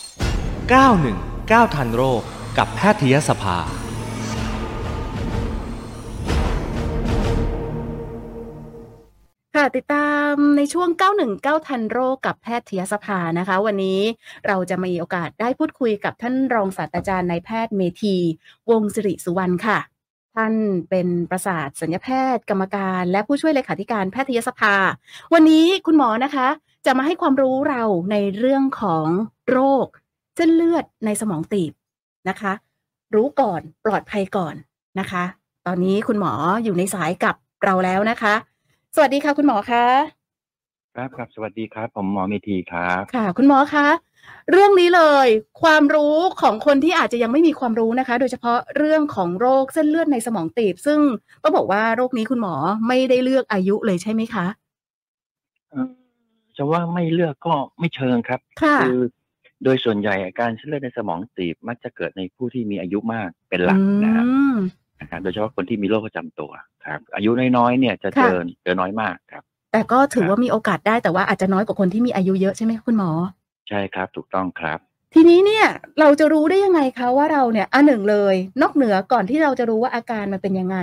919 ทันโรคกับแพทยสภา ค่ะติดตามในช่วง 919 ทันโรคกับแพทยสภานะคะ วันนี้เราจะมีโอกาสได้พูดคุยกับท่านรองศาสตราจารย์นายแพทย์เมธี วงศิริสุวรรณค่ะ ท่านเป็นประสาทสัญญแพทย์ กรรมการ และผู้ช่วยเลขาธิการแพทยสภา วันนี้คุณหมอนะคะ จะมาให้ความรู้เราในเรื่องของโรค เส้นเลือดในสมองตีบนะคะ รู้ก่อนปลอดภัยก่อนนะคะ ตอนนี้คุณหมออยู่ในสายกับเราแล้วนะคะ สวัสดีค่ะคุณหมอคะ ครับครับสวัสดีครับ ผมหมอเมธีครับ ค่ะ คุณหมอคะเรื่องนี้เลย ความรู้ของคนที่อาจจะยังไม่มีความรู้นะคะ โดยเฉพาะเรื่องของโรคเส้นเลือดในสมองตีบ ซึ่งต้องบอกว่าโรคนี้คุณหมอไม่ได้เลือกอายุเลยใช่ไหมคะ เอ่อจะว่าไม่เลือกก็ไม่เชิงครับ ค่ะ คือ โดยส่วนใหญ่อาการเส้นเลือดในสมองตีบมักจะเกิดในผู้ที่มีอายุมากเป็นหลักนะฮะ อืม นะครับ โดยเฉพาะคนที่มีโรคประจำตัวครับ อายุน้อยๆเนี่ยจะเจอ ค่ะ เจอน้อยมากครับ แต่ก็ถือว่ามีโอกาสได้แต่ว่าอาจจะน้อยกว่าคนที่มีอายุเยอะใช่ไหมคะคุณหมอ ใช่ครับ ถูกต้องครับ ทีนี้เนี่ยเราจะรู้ได้ยังไงคะว่าเราเนี่ยอันหนึ่งเลย นอกเหนือก่อนที่เราจะรู้ว่าอาการมันเป็นยังไง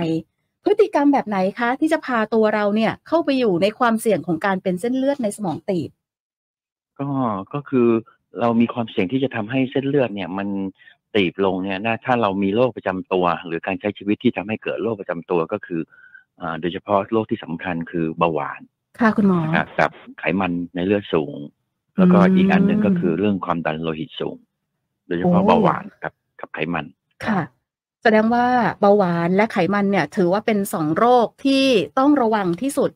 พฤติกรรมแบบไหนคะ ที่จะพาตัวเราเนี่ยเข้าไปอยู่ในความเสี่ยงของการเป็นเส้นเลือดในสมองตีบ ก็ก็คือเรามีความเสี่ยงที่จะทำให้เส้นเลือดเนี่ย มันตีบลงเนี่ยนะถ้าเรามีโรคประจำตัว หรือการใช้ชีวิตที่ทำให้เกิดโรคประจำตัวก็คืออ่าโดยเฉพาะโรคที่สำคัญคือเบาหวาน ค่ะคุณหมอ นะครับกับไขมันในเลือดสูง แล้วก็ อืม อีกอันหนึ่งก็คือเรื่องความดันโลหิตสูง โดยเฉพาะ โอ้ เบาหวานกับกับไขมัน ค่ะ แสดงว่าเบาหวานและไขมันเนี่ย ถือว่าเป็นสองโรคที่ต้องระวังที่สุด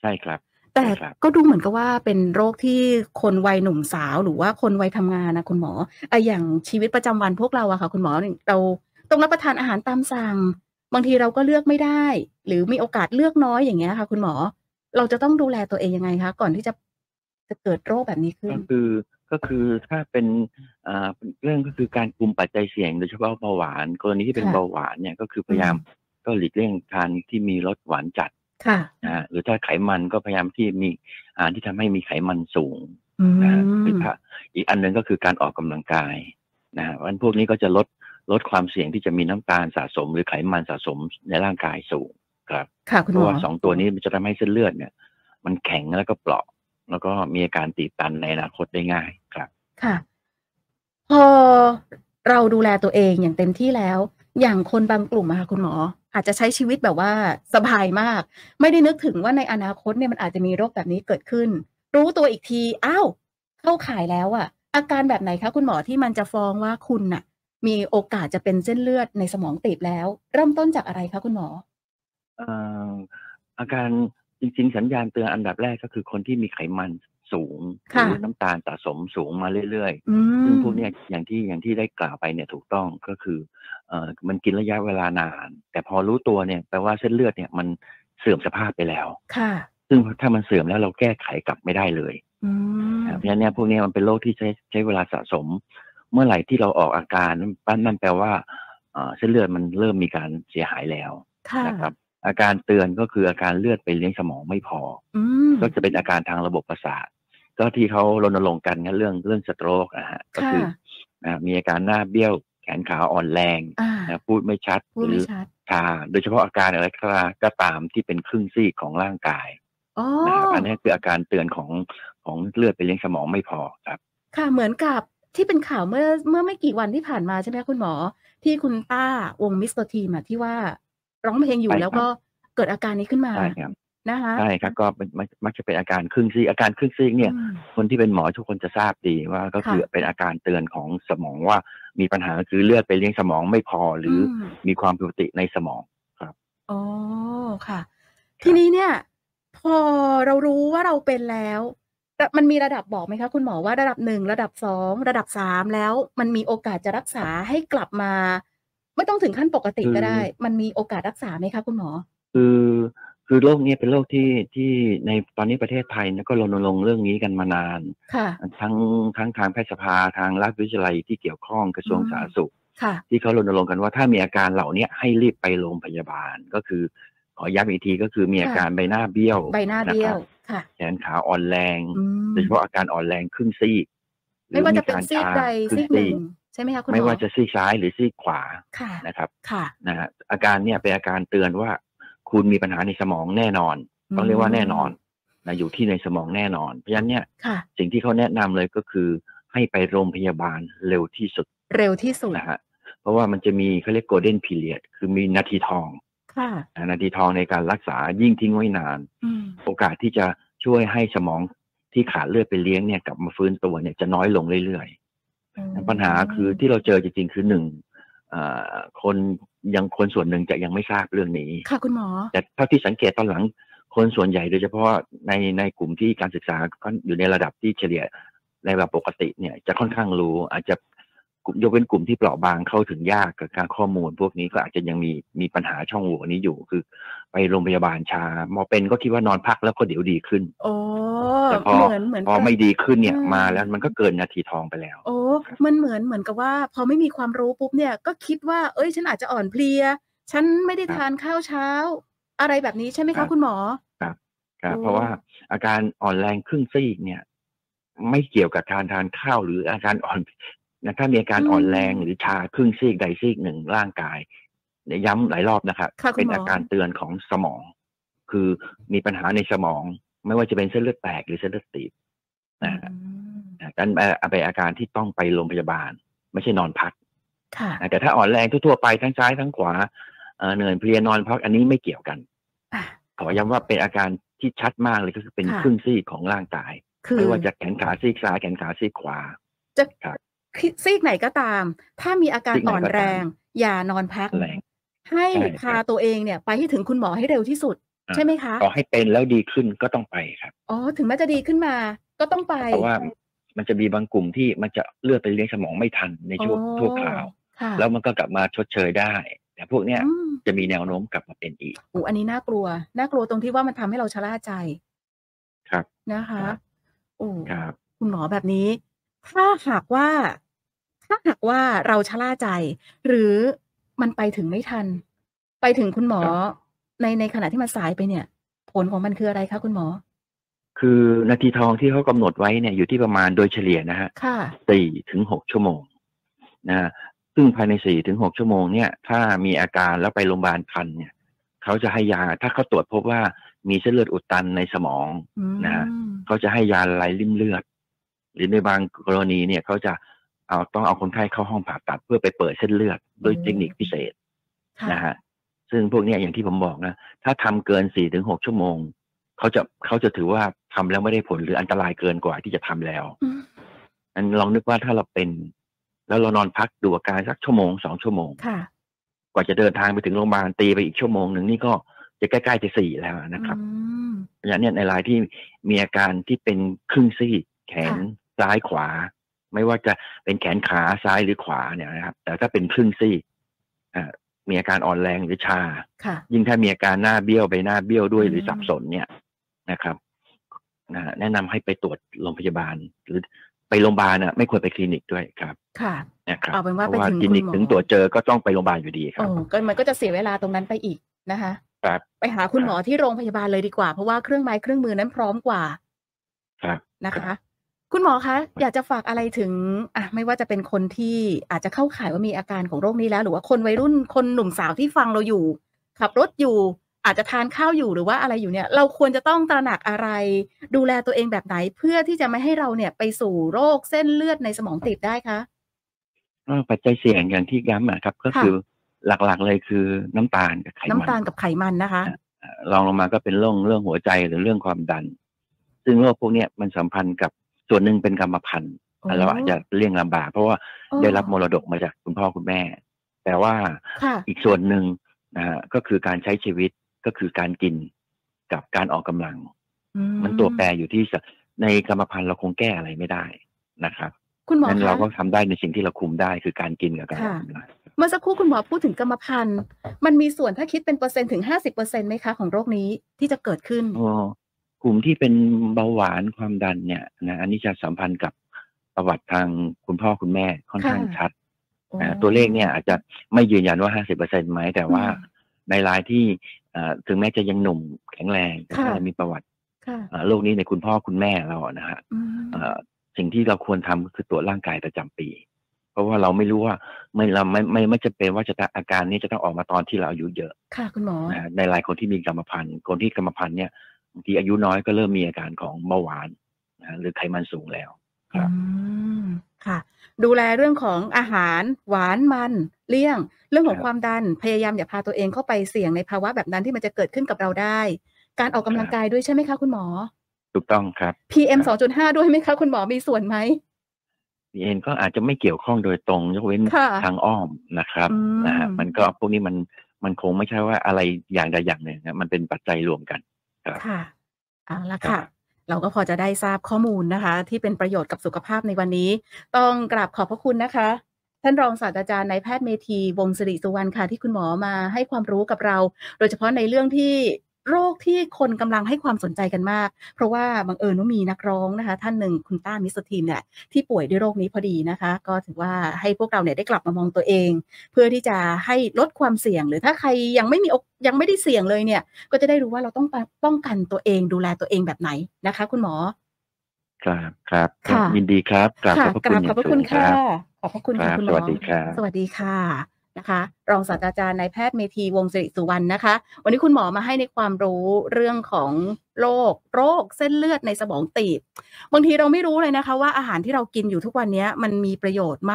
ใช่ครับ แต่ ใช่ครับ ก็ดูเหมือนกับว่าเป็นโรคที่คนวัยหนุ่มสาวหรือว่าคนวัยทำงานนะคุณหมอไอะอย่างชีวิตประจำวันพวกเราอะค่ะ คุณหมอเนี่ยเราต้องรับประทานอาหารตามสั่ง บางทีเราก็เลือกไม่ได้ หรือมีโอกาสเลือกน้อยอย่างเงี้ยค่ะ คุณหมอ เราจะต้องดูแลตัวเองยังไงคะก่อนที่จะจะเกิดโรคแบบนี้ขึ้น ก็คือก็คือถ้าเป็นอ่าเรื่องก็คือการคุมปัจจัยเสี่ยง โดยเฉพาะเบาหวานกรณีที่เป็น ค่ะ เบาหวานเนี่ยก็คือพยายาม อื ก็หลีกเลี่ยงทานที่มีรสหวานจัด ค่ะ นะฮะหรือถ้าไขมันก็พยายามที่มีอาหารที่ทำให้มีไขมันสูง อื นะฮะหรือ ม ถ้าอีกอันหนึ่งก็คือการออกกำลังกายนะฮะวันพวกนี้ก็จะลดลดความเสี่ยงที่จะมีน้ำตาลสะสม หรือไขมันสะสมในร่างกายสูงครับ ค่ะคุณหมเพราะ อ ว่าสองตัวนี้มันจะทำให้เส้นเลือดเนี่ย มันแข็งแล้วก็เปราะ แล้วก็มีอาการตีบตันในอนาคตได้ง่ายครับ ค่ะ พอเราดูแลตัวเองอย่างเต็มที่แล้ว อย่างคนบางกลุ่มอะค่ะคุณหมอ อาจจะใช้ชีวิตแบบว่าสบายมาก ไม่ได้นึกถึงว่าในอนาคตเนี่ยมันอาจจะมีโรคแบบนี้เกิดขึ้น รู้ตัวอีกทีอ้าวเข้าข่ายแล้วอะอาการแบบไหนคะคุณหมอที่มันจะฟ้องว่าคุณน่ะ มีโอกาสจะเป็นเส้นเลือดในสมองตีบแล้ว เริ่มต้นจากอะไรคะคุณหมอ เอ่ออาการจริง ๆ สัญญาณเตือนอันดับแรกก็คือคนที่มีไขมันสูงห ค่ะ รืน้ำตาลสะสมสูงมาเรื่อยๆ อื ซึ่ง ม พวกเนี้ยอย่างที่อย่างที่ได้กล่าวไปเนี่ยถูกต้องก็คือเอ่อมันกินระยะเวลานาน แต่พอรู้ตัวเนี่ยแปลว่าเส้นเลือดเนี่ยมันเสื่อมสภาพไปแล้ว ค่ะ ซึ่งถ้ามันเสื่อมแล้วเราแก้ไขกลับไม่ได้เลย อืม นะครับเพราะฉะนั้นเนี่ยพวกเนี้ยมันเป็นโรคที่ใช้ใช้เวลาสะสม เมื่อไหร่ที่เราออกอาการนั่นนั่นแปลว่าเอ่อเส้นเลือดมันเริ่มมีการเสียหายแล้ว ค่ะ นะครับ อาการเตือนก็คืออาการเลือดไปเลี้ยงสมองไม่พอ อืม ก็จะเป็นอาการทางระบบประสาท ก็ที่เขารณรงค์กันนะเรื่องเรื่องสโตรกนะฮะก็คือ ค่ะ นะครับมีอาการหน้าเบี้ยว แขนขาอ่อนแรง อ่า นะพูดไม่ชัด พูด หรื ไม่ อ ชัด ชาโดยเฉพาะอาการอะไรก็ตามที่เป็นครึ่งซีกของร่างกาย อ๋อ นะครับอันนี้คืออาการเตือนของของเลือดไปเลี้ยงสมองไม่พอครับ ค่ะเหมือนกับที่เป็นข่าวเมื่อเมื่อไม่กี่วันที่ผ่านมาใช่ไหมคะคุณหมอ ที่คุณต้าวงมิสเตอร์ทีมอะที่ว่าร้องเพลงอยู่ ใช่ครับ แล้วก็เกิดอาการนี้ขึ้นมา ใช่ครับ นะคะ ใช่ครับก็เป็นมักมักจะเป็นอาการครึ่งซีกอาการครึ่งซีกเนี่ย อืม คนที่เป็นหมอทุกคนจะทราบดีว่าก็ ค่ะ คือเป็นอาการเตือนของสมองว่ามีปัญหาคือเลือดไปเลี้ยงสมองไม่พอหรืออ ม มีความผิดปกติในสมอง อ๋อค่ะ ทีนี้เนี่ย พอเรารู้ว่าเราเป็นแล้วแต่มันมีระดับบอกไหมคะ คุณหมอว่าระดับหนึ่งระดับสองระดับสามแล้ว มันมีโอกาสจะรักษาให้กลับมา ไม่ต้องถึงขั้นปกติก็ได้ มันมีโอกาสรักษาไหมคะคุณหมอ คือคือโรคเนี้ยเป็นโรคที่ที่ในตอนนี้ประเทศไทยนะก็รณรงค์เรื่องนี้กันมานาน ค่ะ ทั้งทั้งทางแพทยสภาทางราชวิทยาลัยที่เกี่ยวข้องกระทรวง อืม สาธารณสุข ค่ะ ที่เขารณรงค์กันว่าถ้ามีอาการเหล่าเนี้ยให้รีบไปโรงพยาบาล ก็คือขอย้ำอีกทีก็คือมีอาการใบหน้าเบี้ยว ใบหน้าเบี้ยว นะครับ ค่ะ แขนขาอ่อนแรง อืม โดยเฉพาะอาการอ่อนแรงครึ่งซีก หรือ ไม่ว่าจะเป็น มี ซีก ก ใด คือ ซีกหนึ่งใช่ไหมคะคุณหมอ ไม่ว่าจะซีกซ้ายหรือซีกขวา ค่ะ นะครับ ค่ะ นะฮะอาการเนี่ยเป็นอาการเตือนว่าคุณมีปัญหาในสมองแน่นอน ต้องเรียกว่าแน่นอนนะอยู่ที่ในสมองแน่นอน เพราะฉะนั้นเนี่ย ค่ะ สิ่งที่เขาแนะนำเลยก็คือให้ไปโรงพยาบาลเร็วที่สุด เร็วที่สุด นะฮะเพราะว่ามันจะมีเขาเรียกโกลเด้นพีเรียดคือมีนาทีทอง ค่ะ นะนาทีทองในการรักษายิ่งทิ้งไว้นาน อืม โอกาสที่จะช่วยให้สมองที่ขาดเลือดไปเลี้ยงเนี่ยกลับมาฟื้นตัวเนี่ยจะน้อยลงเรื่อยๆ ปัญหาคือที่เราเจอจริงๆคือหนึ่งอ่าคนยังคนส่วนหนึ่งจะยังไม่ทราบเรื่องนี้ ค่ะคุณหมอ แต่เท่าที่สังเกตตอนหลังคนส่วนใหญ่โดยเฉพาะในในกลุ่มที่การศึกษาก็อยู่ในระดับที่เฉลี่ยในแบบปกติเนี่ยจะค่อนข้างรู้ อาจจะกลุ่มยกเป็นกลุ่มที่เปราะบางเข้าถึงยากกับการข้อมูล พวกนี้ก็อาจจะยังมีมีปัญหาช่องโหว่นี้อยู่คือ ไปโรงพยาบาลช้าหมอเป็นก็คิดว่านอนพักแล้วก็เดี๋ยวดีขึ้น โอ้ แต่พอ เหมือนเหมือน พอไม่ดีขึ้นเนี่ย อืม มาแล้วมันก็เกินนาทีทองไปแล้ว โอ้มันเหมือนเหมือนกับว่า พอไม่มีความรู้ปุ๊บเนี่ยก็คิดว่า เอ้ย ฉันอาจจะอ่อนเพลีย ฉันไม่ได้ ครับ ทานข้าวเช้า อะไรแบบนี้ใช่ไหม ครั คะ บ คุณหมอ ครับ โอ้ เพราะว่าอาการอ่อนแรงครึ่งซีกเนี่ย ไม่เกี่ยวกับการทานข้าวหรืออาการอ่อนนะถ้ามีอาการอ่อนแรงหรือชาครึ่งซีกใดซีกหนึ่งร่างกายเนี่ยย้ำหลายรอบนะครับ ค่ะคุ เป็ ณ น หมอ อาการเตือนของสมอง คือมีปัญหาในสมอง ไม่ว่าจะเป็นเส้นเลือดแตกหรือเส้นเลือดตีบนะฮะ อืม นั่นเป็นอาการที่ต้องไปโรงพยาบาล ไม่ใช่นอนพัก ค่ะ อ่ะแต่ถ้าอ่อนแรงทั่วๆไปทั้งซ้ายทั้งขวาเอ่อเหนื่อยเพลียนอนพักอันนี้ไม่เกี่ยวกัน อ่ะ ขอย้ำว่าเป็นอาการที่ชัดมากเลยก็คือเป็น ค่ะ ครึ่งซีกของร่างกาย คือ ไม่ว่าจะแขนขาซีกซ้ายแขนขาซีกขวา จะ ครับ ซีกไหนก็ตาม ถ้ามีอาการ ซีกไหน อ่อน ก็ตาม แรง อย่านอนพัก แรง ให้ ใช่คพารับ ตัวเองเนี่ย ไปให้ถึงคุณหมอให้เร็วที่สุด อ่า ใช่ไหมคะ ต่อให้เป็นแล้วดีขึ้นก็ต้องไปครับ อ๋อถึงแม้จะดีขึ้นมา ก็ต้องไป เพราะว่ามันจะมีบางกลุ่มที่มันจะเลือดไปเลี้ยงสมองไม่ทันในช่วง อ๋อ ทั่วคราว ค่ะ แล้วมันก็กลับมาชดเชยได้ แต่พวกเนี้ย อืม จะมีแนวโน้มกลับมาเป็นอีก โอ้อันนี้น่ากลัว น่ากลัวตรงที่ว่ามันทำให้เราชะล่าใจ ครับ นะคะ ครับ โอ้ ครับ คุณหมอแบบนี้ ถ้าหากว่า ถ้าหากว่าเราชะล่าใจ หรือมันไปถึงไม่ทัน ไปถึงคุณหมอ ครับ ในในขณะที่มันสายไปเนี่ย ผลของมันคืออะไรคะคุณหมอ คือนาทีทองที่เขากำหนดไว้เนี่ยอยู่ที่ประมาณโดยเฉลี่ยนะฮะ ค่ะ สี่ถึงหกชั่วโมงนะซึ่งภายในสี่ถึงหกชั่วโมงเนี่ย ถ้ามีอาการแล้วไปโรงพยาบาลทันเนี่ย เขาจะให้ยา ถ้าเขาตรวจพบว่ามีเส้นเลือดอุดตันในสมอง อืม นะฮะ เขาจะให้ยาละลายริ่มเลือด หรือในบางกรณีเนี่ยเขาจะเอาต้องเอาคนไข้เข้าห้องผ่าตัดเพื่อไปเปิดเส้นเลือดด้วยเทคนิคพิเศษ ค่ะ นะฮะ ซึ่งพวกเนี้ยอย่างที่ผมบอกนะ ถ้าทำเกินสี่ถึงหกชั่วโมง เขาจะเขาจะถือว่าทำแล้วไม่ได้ผลหรืออันตรายเกินกว่าที่จะทำแล้ว อืม อันลองนึกว่าถ้าเราเป็น แล้วเรานอนพักดูอาการสักชั่วโมงสองชั่วโมง ค่ะ กว่าจะเดินทางไปถึงโรงพยาบาลตีไปอีกชั่วโมงหนึ่งนี่ก็จะใกล้ๆจะสี่แล้วนะครับ อืม อย่างเนี้ยในรายที่มีอาการที่เป็นครึ่งซีกแขน ค่ะ ซ้ายขวา ไม่ว่าจะเป็นแขนขาซ้ายหรือขวาเนี่ยนะครับ แต่ถ้าเป็นครึ่งซีกอ่ามีอาการอ่อนแรงหรือชา ค่ะ ยิ่งถ้ามีอาการหน้าเบี้ยวไปหน้าเบี้ยวด้วยหรือ อืม สับสนเนี่ยนะครับนะฮะแนะนำให้ไปตรวจโรงพยาบาล หรือไปโรงพยาบาลน่ะไม่ควรไปคลินิกด้วยครับ ค่ะ นะครับ เอาเป็นว่า พระ ไปถึง คลินิก คุณหมอ ถึงตรวจเจอก็ต้องไปโรงพยาบาลอยู่ดีครั โอ้ บ ก็มันก็จะเสียเวลาตรงนั้นไปอีกนะคะ ครับ ไปหาคุณหมอที่โรงพยาบาลเลยดีกว่า เพราะว่าเครื่องไม้เครื่องมือนั้นพร้อมกว่า ครับ นะ ครั คะ บ คุณหมอคะ อยากจะฝากอะไรถึงอ่ะไม่ว่าจะเป็นคนที่อาจจะเข้าข่ายว่ามีอาการของโรคนี้แล้ว หรือว่าคนวัยรุ่นคนหนุ่มสาวที่ฟังเราอยู่ ขับรถอยู่ อาจจะทานข้าวอยู่หรือว่าอะไรอยู่เนี่ย เราควรจะต้องตระหนักอะไร ดูแลตัวเองแบบไหนเพื่อที่จะไม่ให้เราเนี่ยไปสู่โรคเส้นเลือดในสมองตีบได้คะ ก็ปัจจัยเสี่ยงอย่างที่ย้ำนะครับ ก็ ค่ะ คือหลักๆเลยคือน้ำตาลกับไข น้ำ มั ตาล น กับไขมันนะคะ อ่ารองลงมาก็เป็นเรื่องเรื่องหัวใจหรือเรื่องความดัน ซึ่งโรคพวกเนี้ยมันสัมพันธ์กับส่วนหนึ่งเป็นกรรมพันธุ์ โอ้ เราอาจจะเลี่ยงลำบากเพราะว่าได้รับมรดกมาจากคุณพ่อคุณแม่ แต่ว่า ค่ะ อีกส่วนหนึ่งนะฮะก็คือการใช้ชีวิตก็คือการกินกับการออกกำลัง อื มันตัวแปรอยู่ที่สในกรรมพันธุ์เราคงแก้อะไรไม่ได้นะครับ คุณหมอ นั้นเรา คะ ก็ทำได้ในสิ่งที่เราคุมได้คือการกินกับการออก ค่ะ กำลัง เมื่อสักครู่คุณหมอพูดถึงกรรมพันธุ์ มันมีส่วนถ้าคิดเป็นเปอร์เซ็นต์ถึงห้าสิบเปอร์เซ็นต์ไหมคะ ของโรคนี้ที่จะเกิดขึ้น โอ้กลุ่มที่เป็นเบาหวานความดันเนี่ยนะอันนี้จะสัมพันธ์กับประวัติทางคุณพ่อคุณแม่ค่อนข้าง ค่ะ ชัด โอ้ อ่าตัวเลขเนี่ยอาจจะไม่ยืนยันว่า 50เปอร์เซ็นต์ไหม แต่ว่า อืม ในรายที่อ่าถึงแม้จะยังหนุ่มแข็งแรงแต่ ค่ะ ถ้ามีประวัติ ค่ะ อ่าโรคนี้ในคุณพ่อคุณแม่เราอะนะฮะ อืม เอ่อ สิ่งที่เราควรทำก็คือตรวจร่างกายประจำปี เพราะว่าเราไม่รู้ว่าไม่เราไม่ไม่ไม่จำเป็นว่าจะต้องอาการนี้จะต้องออกมาตอนที่เราอายุเยอะ ค่ะคุณหมอ นะฮะในรายคนที่มีกรรมพันธุ์ คนที่กรรมพันธุ์เนี่ยบางทีอายุน้อยก็เริ่มมีอาการของเบาหวานนะฮะหรือไขมันสูงแล้ว ครั อื บ มค่ะ ดูแลเรื่องของอาหารหวานมันเลี่ยง เรื่องของความดันพยายามอย่าพาตัวเองเข้าไปเสี่ยงในภาวะแบบนั้นที่มันจะเกิดขึ้นกับเราได้ การออกกำลังกายด้วยใช่ไหมคะคุณหมอ ถูกต้องครับ PM 2.5 ด้วยไหมคะคุณหมอมีส่วนไหม พีเอ็นก็อาจจะไม่เกี่ยวข้องโดยตรงยกเว้น ค่ะ ทางอ้อมนะครับ อืม นะฮะมันก็พวกนี้มันมันคงไม่ใช่ว่าอะไรอย่างใดอย่างหนึ่งนะมันเป็นปัจจัยรวมกัน ครับ ค่ะเอาละ ครั ค่ะ บ เราก็พอจะได้ทราบข้อมูลนะคะ ที่เป็นประโยชน์กับสุขภาพในวันนี้ ต้องกราบขอบพระคุณนะคะ ท่านรองศาสตราจารย์นายแพทย์เมธีวงศสิริสุวรรณค่ะ ที่คุณหมอมาให้ความรู้กับเรา โดยเฉพาะในเรื่องที่โรคที่คนกำลังให้ความสนใจกันมาก เพราะว่าบังเอิญว่ามีนักร้องนะคะ ท่านหนึ่งคุณต้ามิสทีมเนี่ยที่ป่วยด้วยโรคนี้พอดีนะคะ ก็ถือว่าให้พวกเราเนี่ยได้กลับมามองตัวเอง เพื่อที่จะให้ลดความเสี่ยง หรือถ้าใครยังไม่มีโอกยังไม่ได้เสี่ยงเลยเนี่ย ก็จะได้รู้ว่าเราต้องปะป้องกันตัวเองดูแลตัวเองแบบไหนนะคะ คุณหมอ ครับครับ ค่ะ ยินดีครับกราบข ค่ะ อบพระ ก คุณ ราบ อ ขอย่าง บพระคุณค่ะขอบพระคุณค่ะสูงครับครับ คุณหมอ สวัสดีครับ สวัสดีค่ะนะคะ รองศาสตราจารย์นายแพทย์เมธีวงศ์สิริสุวรรณนะคะ วันนี้คุณหมอมาให้ในความรู้เรื่องของโรคโรคเส้นเลือดในสมองตีบบางทีเราไม่รู้เลยนะคะ ว่าอาหารที่เรากินอยู่ทุกวันเนี้ยมันมีประโยชน์ไหม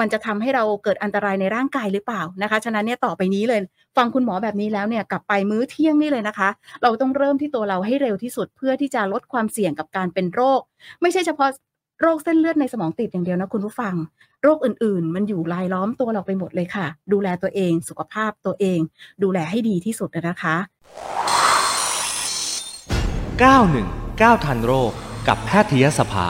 มันจะทำให้เราเกิดอันตรายในร่างกายหรือเปล่านะคะ ฉะนั้นเนี่ยต่อไปนี้เลย ฟังคุณหมอแบบนี้แล้วเนี่ยกลับไปมื้อเที่ยงนี่เลยนะคะ เราต้องเริ่มที่ตัวเราให้เร็วที่สุดเพื่อที่จะลดความเสี่ยงกับการเป็นโรค ไม่ใช่เฉพาะโรคเส้นเลือดในสมองตีบอย่างเดียวนะคุณผู้ฟัง โรคอื่นๆ มันอยู่รายล้อมตัวเราไปหมดเลยค่ะ ดูแลตัวเอง สุขภาพตัวเอง ดูแลให้ดีที่สุดนะคะ 919ทันโรคกับแพทยสภา